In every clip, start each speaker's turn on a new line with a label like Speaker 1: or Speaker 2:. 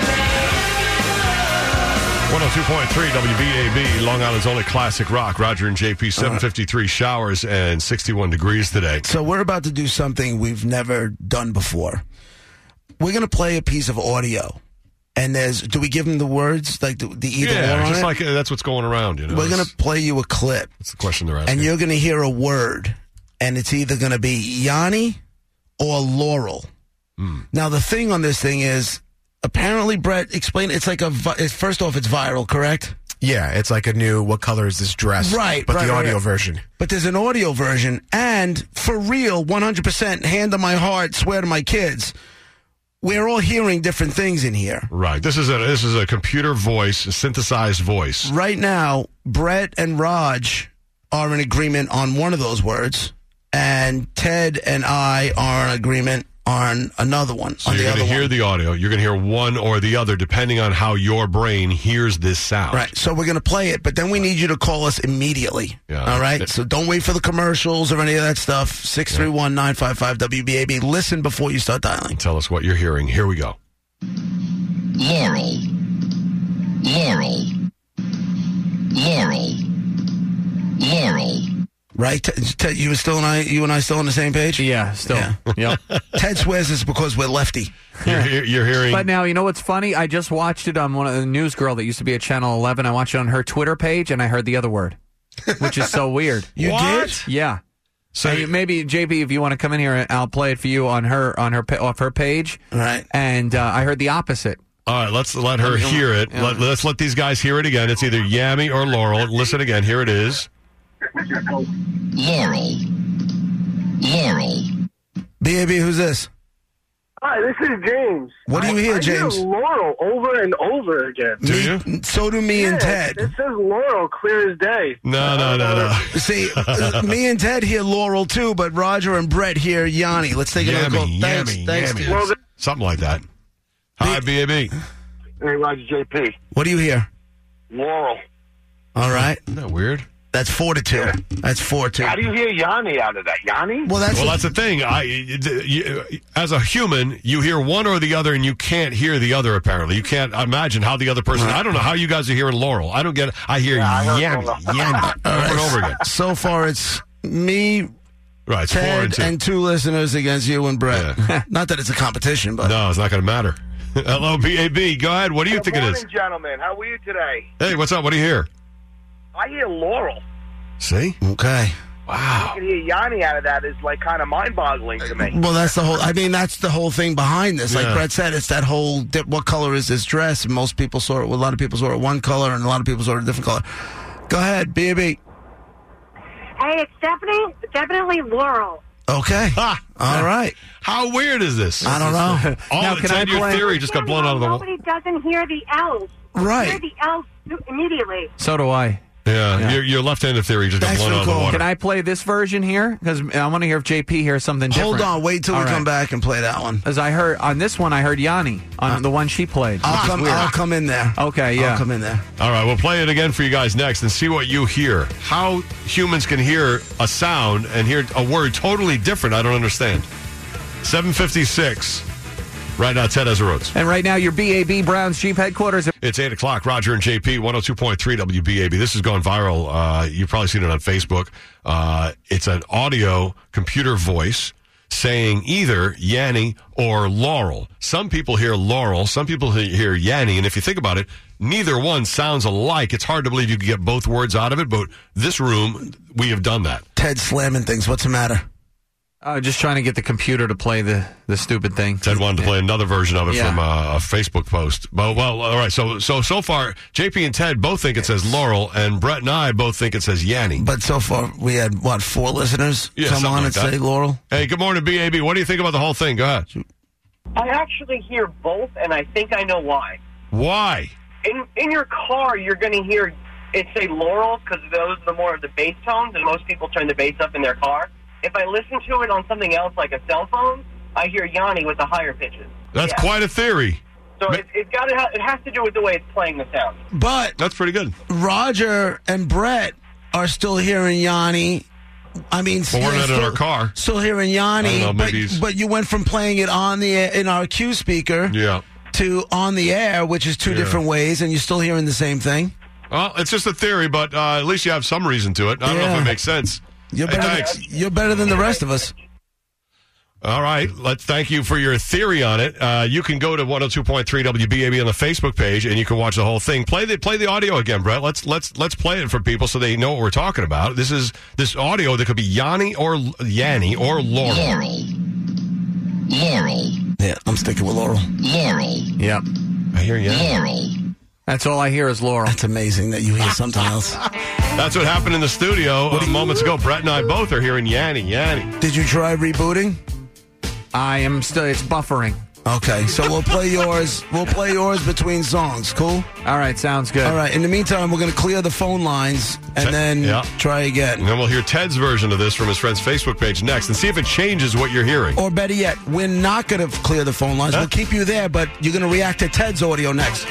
Speaker 1: 102.3 WBAB, Long Island's only classic rock. Roger and JP, 753 showers and 61 degrees today.
Speaker 2: So we're about to do something we've never done before. We're going to play a piece of audio, and there's do we give them the words like the, the either or
Speaker 1: Yeah,
Speaker 2: on
Speaker 1: just
Speaker 2: it?
Speaker 1: like uh, that's what's going around, you know.
Speaker 2: we're going
Speaker 1: That's-
Speaker 2: to play you a clip,
Speaker 1: That's the question they're asking.
Speaker 2: and you're going to hear a word, and it's either going to be Yanni or Laurel.
Speaker 1: Hmm.
Speaker 2: Now the thing on this thing is apparently Brett explain it's like a vi- it's- first off it's viral, correct?
Speaker 3: Yeah, it's like a new what color is this dress?
Speaker 2: Right,
Speaker 3: but
Speaker 2: right,
Speaker 3: the
Speaker 2: right,
Speaker 3: audio
Speaker 2: right.
Speaker 3: version.
Speaker 2: But there's an audio version, and for real, 100% hand on my heart, swear to my kids, we're all hearing different things in here.
Speaker 1: Right. This is a this is a computer voice, a synthesized voice.
Speaker 2: Right now, Brett and Raj are in agreement on one of those words, and Ted and I are in agreement on another one.
Speaker 1: So
Speaker 2: on
Speaker 1: you're
Speaker 2: the
Speaker 1: going
Speaker 2: other
Speaker 1: to hear
Speaker 2: one.
Speaker 1: the audio. You're going to hear one or the other, depending on how your brain hears this sound.
Speaker 2: Right, so we're going to play it, but then we need you to call us immediately.
Speaker 1: Yeah.
Speaker 2: All right,
Speaker 1: It-
Speaker 2: so don't wait for the commercials or any of that stuff. 631 955 WBAB. Listen before you start dialing.
Speaker 1: Tell us what you're hearing. Here we go.
Speaker 4: Laurel. Laurel. Laurel. Laurel.
Speaker 2: Right? Ted, Ted, you were still and I, you and I still on the same page.
Speaker 5: Yeah, still.
Speaker 2: Yeah.
Speaker 5: Yep.
Speaker 2: Ted swears it's because we're lefty.
Speaker 1: You're, hear- you're hearing.
Speaker 5: but now you know what's funny? I just watched it on one of the news girl that used to be at Channel 11. I watched it on her Twitter page, and I heard the other word, which is so weird.
Speaker 2: You
Speaker 1: What?
Speaker 2: did?
Speaker 5: Yeah.
Speaker 1: so
Speaker 5: Hey, maybe JP, if you want to come in here, I'll play it for you on her on her pa- off her page.
Speaker 2: All right.
Speaker 5: And uh, I heard the opposite.
Speaker 1: All right, let's let her hear it. Let, us let these guys hear it again. It's either Yami or Laurel. Listen again. Here it is.
Speaker 4: Laurel. Laurel.
Speaker 2: BAB, who's this?
Speaker 6: Hi, this is James.
Speaker 2: What do you hear,
Speaker 6: I
Speaker 2: James?
Speaker 6: Hear Laurel over and over again.
Speaker 1: Do
Speaker 2: Me-
Speaker 1: you?
Speaker 2: So do me
Speaker 6: Yeah,
Speaker 2: and
Speaker 6: It
Speaker 2: Ted.
Speaker 6: says Laurel clear as day.
Speaker 1: No, no, no, no.
Speaker 2: See, uh, me and Ted hear Laurel too, but Roger and Brett hear Yanni. Let's take another call.
Speaker 1: Yami,
Speaker 2: Thanks,
Speaker 1: yami,
Speaker 2: thanks.
Speaker 1: yami.
Speaker 2: dude.
Speaker 6: Well, the-
Speaker 1: Something like that. Hi, BAB.
Speaker 6: Hey, Roger JP.
Speaker 2: What do you hear?
Speaker 6: Laurel.
Speaker 2: All right,
Speaker 1: Isn't that weird?
Speaker 2: that's four to two. That's four to
Speaker 6: How do
Speaker 2: two.
Speaker 6: you hear Yanni out of that? Yanni?
Speaker 2: Well, that's
Speaker 1: Well, that's the thing. I, you, as a human, you hear one or the other, and you can't hear the other. Apparently, you can't imagine how the other person. I don't know how you guys are hearing Laurel. I don't get. it. I hear Yami, Yami, over and over again.
Speaker 2: so far it's me,
Speaker 1: Right, it's four and
Speaker 2: Ted,
Speaker 1: two.
Speaker 2: and two listeners against you and Brett. Not that it's a competition, but
Speaker 1: no, it's not going to matter. Hello, BAB. Go ahead. What do you think it is?
Speaker 6: gentlemen. How are you today?
Speaker 1: Hey, what's up? What do you hear?
Speaker 6: I hear Laurel.
Speaker 1: See?
Speaker 2: okay.
Speaker 6: I can hear Yanni out of that is like kind of mind-boggling to me.
Speaker 2: Well, that's the whole. I mean, that's the whole thing behind this. Like
Speaker 1: Yeah.
Speaker 2: Brett said, it's that whole. di- What color is this dress? And most people saw it. Well, a lot of people saw it one color, and a lot of people saw it a different color. Go ahead, BB.
Speaker 7: Hey, it's definitely definitely Laurel.
Speaker 2: Okay.
Speaker 1: Ha!
Speaker 2: All right.
Speaker 1: How weird is this?
Speaker 2: I don't know.
Speaker 1: All
Speaker 5: Now,
Speaker 1: the
Speaker 5: can I
Speaker 1: ten year
Speaker 5: play-
Speaker 1: theory just got blown out of the wall.
Speaker 7: Nobody doesn't hear the L's.
Speaker 2: Right.
Speaker 7: Hear the L's immediately.
Speaker 5: So do I.
Speaker 1: Yeah, Your, your left handed theory just got
Speaker 2: Thanks
Speaker 1: blown
Speaker 2: for
Speaker 1: out of the
Speaker 2: the call.
Speaker 1: water.
Speaker 5: Can I play this version here? Because I want to hear if JP hears something different.
Speaker 2: Hold on. Wait till
Speaker 5: All
Speaker 2: we
Speaker 5: right.
Speaker 2: come back and play that one.
Speaker 5: As I heard on this one, I heard Yanni on
Speaker 2: Uh,
Speaker 5: the one she played.
Speaker 2: I'll come. I'll come in there.
Speaker 5: Okay, yeah.
Speaker 2: I'll come in there.
Speaker 1: All right, we'll play it again for you guys next and see what you hear. How humans can hear a sound and hear a word totally different, I don't understand. 756. Right now, Ted has a roads.
Speaker 5: And right now, your BAB Browns Jeep headquarters.
Speaker 1: It's 8 o'clock. Roger and JP, 102.3 WBAB. This has gone viral. Uh, you've probably seen it on Facebook. Uh, it's an audio computer voice saying either Yanni or Laurel. Some people hear Laurel, some people he- hear Yanni. And if you think about it, neither one sounds alike. It's hard to believe you could get both words out of it, but this room, we have done that.
Speaker 2: Ted slamming things. What's the matter?
Speaker 5: Uh, just trying to get the computer to play the, the stupid thing.
Speaker 1: Ted wanted to play another version of it
Speaker 5: Yeah.
Speaker 1: from uh, a Facebook post. But well, all right. So so so far, JP and Ted both think it says Laurel, and Brett and I both think it says Yanni.
Speaker 2: But so far we had what four listeners
Speaker 1: Yeah,
Speaker 2: come
Speaker 1: something
Speaker 2: on
Speaker 1: like
Speaker 2: and
Speaker 1: that.
Speaker 2: say Laurel.
Speaker 1: Hey, good morning, BAB. What do you think about the whole thing? Go ahead.
Speaker 6: I actually hear both, and I think I know why.
Speaker 1: Why?
Speaker 6: in in your car, you're going to hear it say Laurel because those are the more of the bass tones, and most people turn the bass up in their car. If I listen to it on something else like a cell phone, I hear Yanni with the higher pitches.
Speaker 1: That's
Speaker 6: Yeah.
Speaker 1: quite a theory.
Speaker 6: So it, it got to ha- it has to do with the way it's playing the sound.
Speaker 2: But
Speaker 1: That's pretty good.
Speaker 2: Roger and Brett are still hearing Yanni. I mean,
Speaker 1: Well, we're
Speaker 2: still-
Speaker 1: not in our car.
Speaker 2: Still hearing Yanni,
Speaker 1: I don't know,
Speaker 2: but
Speaker 1: maybe he's-
Speaker 2: but you went from playing it on the air, in our cue speaker
Speaker 1: Yeah.
Speaker 2: to on the air, which is two
Speaker 1: Yeah.
Speaker 2: different ways, and you're still hearing the same thing.
Speaker 1: Well, it's just a theory, but uh, at least you have some reason to it. I don't know if
Speaker 2: Yeah.
Speaker 1: it makes sense.
Speaker 2: You're
Speaker 1: Hey,
Speaker 2: better.
Speaker 1: thanks.
Speaker 2: You're better than the rest of us.
Speaker 1: All right. Let's thank you for your theory on it. Uh, you can go to 102.3 WBAB on the Facebook page and you can watch the whole thing. Play the play the audio again, Brett. Let's let's let's play it for people so they know what we're talking about. This is this audio that could be Yanni or L- Yanni or Laurel.
Speaker 4: Laurel. Laurel.
Speaker 2: Yeah, I'm sticking with Laurel.
Speaker 4: Laurel.
Speaker 5: Yep.
Speaker 1: I hear you.
Speaker 4: Laurel.
Speaker 5: That's all I hear is Laurel.
Speaker 2: It's amazing that you hear something else.
Speaker 1: That's what happened in the studio uh, moments ago. Brett and I both are hearing Yanni, Yanni.
Speaker 2: Did you try rebooting?
Speaker 5: I am still. It's buffering.
Speaker 2: Okay, so we'll play yours. We'll play yours between songs. Cool.
Speaker 5: All right. Sounds good.
Speaker 2: All right. In the meantime, we're going to clear the phone lines and then
Speaker 1: Yeah.
Speaker 2: try again.
Speaker 1: And then we'll hear Ted's version of this from his friend's Facebook page next and see if it changes what you're hearing.
Speaker 2: Or better yet, we're not going to clear the phone lines.
Speaker 1: Huh?
Speaker 2: We'll keep you there, but you're going to react to Ted's audio next.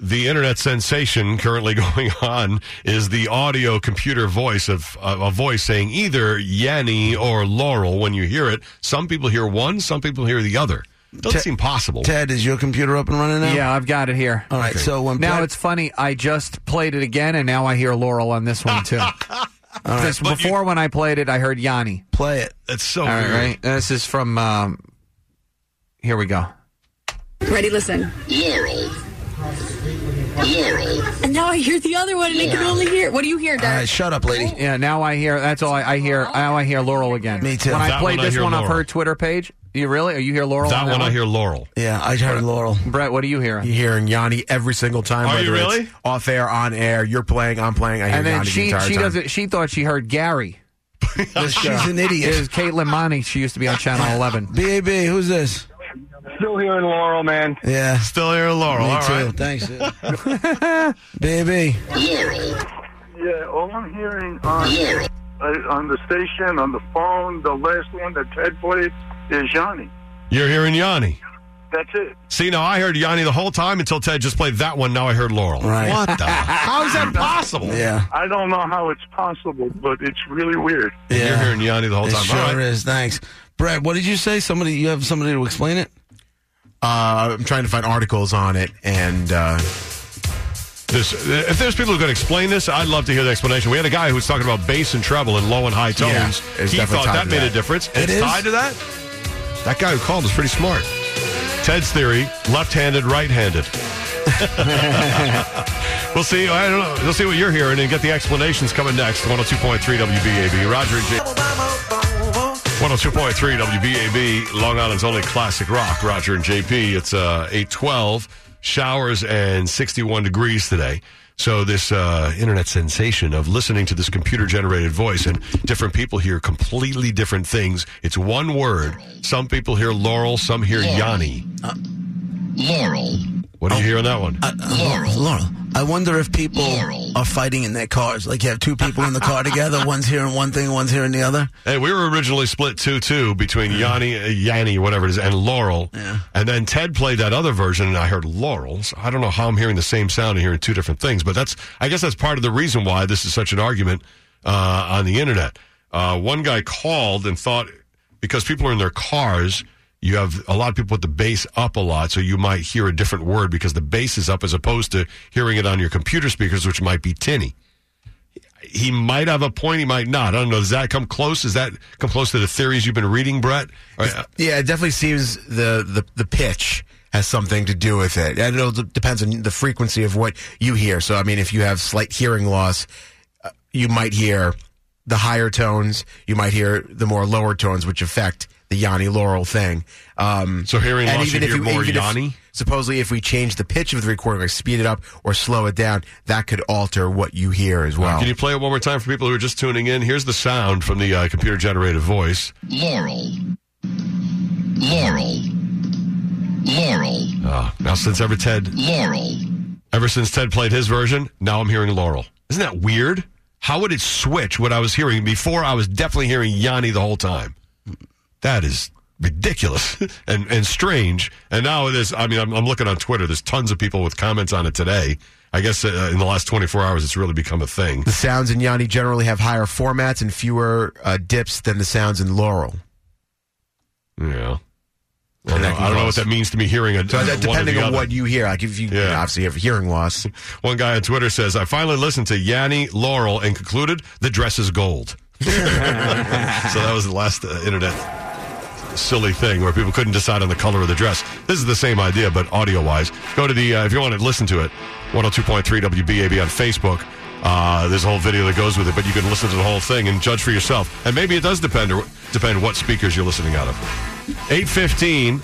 Speaker 1: the internet sensation currently going on is the audio computer voice of uh, a voice saying either Yanni or Laurel when you hear it. Some people hear one, some people hear the other. Doesn't
Speaker 2: Te-
Speaker 1: seem possible.
Speaker 2: Ted, is your computer up and running now?
Speaker 5: Yeah, I've got it here.
Speaker 2: All right. So when
Speaker 5: Now
Speaker 2: Brett-
Speaker 5: it's funny. I just played it again, and now I hear Laurel on this one too. This- before when I played it, I heard Yanni.
Speaker 2: play it.
Speaker 1: That's so
Speaker 5: All right,
Speaker 1: weird.
Speaker 5: right. This is from. Um, here we go.
Speaker 8: Ready, listen.
Speaker 4: Laurel. Laurel.
Speaker 8: And now I hear the other one, and I can only hear. What do you hear,
Speaker 2: All
Speaker 8: Derek?
Speaker 2: right. Shut up, lady.
Speaker 5: Yeah, now I hear. That's all I, I hear. Now I hear Laurel again.
Speaker 2: Me too.
Speaker 5: When I
Speaker 1: That
Speaker 5: played
Speaker 1: one I
Speaker 5: this
Speaker 1: hear
Speaker 5: one off
Speaker 1: Laurel.
Speaker 5: her Twitter page, you really? Are you hear Laurel?
Speaker 1: That
Speaker 5: on
Speaker 1: one I hear Laurel.
Speaker 2: Yeah, I heard Laurel.
Speaker 5: Brett, what are you hearing?
Speaker 3: You hearing Yanni every single time.
Speaker 1: Are you
Speaker 3: whether it's
Speaker 1: really?
Speaker 3: Off air, on air. You're playing. I'm playing. I hear
Speaker 5: And then
Speaker 3: Yanni the
Speaker 5: she
Speaker 3: entire
Speaker 5: she
Speaker 3: time.
Speaker 5: doesn't. She thought she heard Gary.
Speaker 2: She's an
Speaker 5: It
Speaker 2: idiot.
Speaker 5: was Caitlin Monty. She used to be on Channel Eleven.
Speaker 2: BAB, who's this?
Speaker 6: Still hearing Laurel, man.
Speaker 2: Yeah.
Speaker 1: Still hear Laurel.
Speaker 2: Me
Speaker 1: All
Speaker 2: too.
Speaker 1: right.
Speaker 2: Thanks. BAB.
Speaker 4: Laurel.
Speaker 9: Yeah, all I'm hearing on
Speaker 4: Laurel.
Speaker 9: uh, on the station, on the phone, the last one that Ted played is Johnny.
Speaker 1: You're hearing Yanni.
Speaker 9: That's it.
Speaker 1: See, now I heard Yanni the whole time until Ted just played that one. Now I heard Laurel.
Speaker 2: Right.
Speaker 1: What the? How is that possible?
Speaker 2: Yeah.
Speaker 9: I don't know how it's possible, but it's really weird.
Speaker 2: Yeah.
Speaker 1: You're hearing Yanni the whole
Speaker 2: It
Speaker 1: time.
Speaker 2: sure
Speaker 1: All right.
Speaker 2: is. Thanks. Brett, what did you say? Somebody, you have somebody to explain it?
Speaker 3: Uh, I'm trying to find articles on it, and uh,
Speaker 1: This, if there's people who can explain this, I'd love to hear the explanation. We had a guy who was talking about bass and treble and low and high tones.
Speaker 3: Yeah, it's
Speaker 1: he
Speaker 3: definitely
Speaker 1: thought
Speaker 3: tied
Speaker 1: that
Speaker 3: to
Speaker 1: made
Speaker 3: that.
Speaker 1: a difference.
Speaker 2: It
Speaker 1: it's
Speaker 2: is?
Speaker 1: tied to that. That guy who called is pretty smart. Ted's theory: left-handed, right-handed. we'll see. I don't know. We'll see what you're hearing and get the explanations coming next. 102.3 WBAB. Roger and Jay. 102.3 WBAB, Long Island's only classic rock. Roger and JP. It's uh, 812, showers and 61 degrees today. So, this uh, internet sensation of listening to this computer generated voice, and different people hear completely different things. It's one word. Some people hear Laurel, some hear Yanni.
Speaker 4: Laurel.
Speaker 1: What do you hear on that one?
Speaker 2: Laurel, Laurel, I wonder if people
Speaker 4: Laurel.
Speaker 2: are fighting in their cars. Like you have two people in the car together, one's hearing one thing, one's hearing the other.
Speaker 1: Hey, we were originally split 2 2 between Yanni, uh, Yanni, whatever it is, and Laurel. And then Ted played that other version, and I heard Laurel. So I don't know how I'm hearing the same sound and hearing two different things, but that's, I guess that's part of the reason why this is such an argument uh, on the internet. Uh, one guy called and thought because people are in their cars, you have a lot of people put the bass up a lot, so you might hear a different word because the bass is up as opposed to hearing it on your computer speakers, which might be tinny he might have a point. He might not. I don't know. Does that come close? Does that come close to the theories you've been reading, Brett? Or, uh,
Speaker 3: yeah, it definitely seems the, the the pitch has something to do with it. And it all d- depends on the frequency of what you hear. So, I mean, if you have slight hearing loss, uh, you might hear the higher tones. You might hear the more lower tones, which affect the Yanni Laurel thing. Um,
Speaker 1: So hearing
Speaker 3: and
Speaker 1: loss,
Speaker 3: even
Speaker 1: you
Speaker 3: if
Speaker 1: hear more
Speaker 3: even if-
Speaker 1: Yanni?
Speaker 3: supposedly, if we change the pitch of the recording, like speed it up or slow it down, that could alter what you hear as well.
Speaker 1: Can you play it one more time for people who are just tuning in? Here's the sound from the uh, computer generated voice.
Speaker 4: Laurel. Laurel.
Speaker 1: Ah, since ever Ted
Speaker 4: Laurel.
Speaker 1: Ever since Ted played his version, now I'm hearing Laurel. Isn't that weird? How would it switch what I was hearing before? I was definitely hearing Yanni the whole time. That is ridiculous and, and strange. And now it is. I mean, I'm, I'm looking on Twitter. There's tons of people with comments on it today. I guess uh, in the last 24 hours, it's really become a thing.
Speaker 3: The sounds in Yanni generally have higher formats and fewer uh, dips than the sounds in Laurel.
Speaker 1: Yeah. I don't, know, I don't know what that means to me hearing a
Speaker 3: So
Speaker 1: one or
Speaker 3: that,
Speaker 1: the
Speaker 3: depending on
Speaker 1: other.
Speaker 3: what you hear, like if you, you know, obviously have hearing loss,
Speaker 1: One guy on Twitter says, I finally listened to Yanni Laurel and concluded the dress is gold. so that was the last uh, internet silly thing where people couldn't decide on the color of the dress. This is the same idea, but audio wise. Go to the, uh, if you want to listen to it, 102.3 WBAB on Facebook. Uh, there's a whole video that goes with it, but you can listen to the whole thing and judge for yourself. And maybe it does depend or depend what speakers you're listening out of. 815.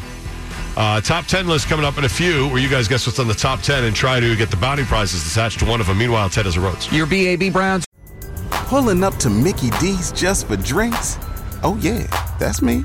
Speaker 1: Uh, top 10 list coming up in a few where you guys guess what's on the top 10 and try to get the bounty prizes attached to one of them. Meanwhile, Ted is a roads.
Speaker 10: Your BAB Browns. Pulling up to Mickey D's just for drinks? Oh, yeah, that's me.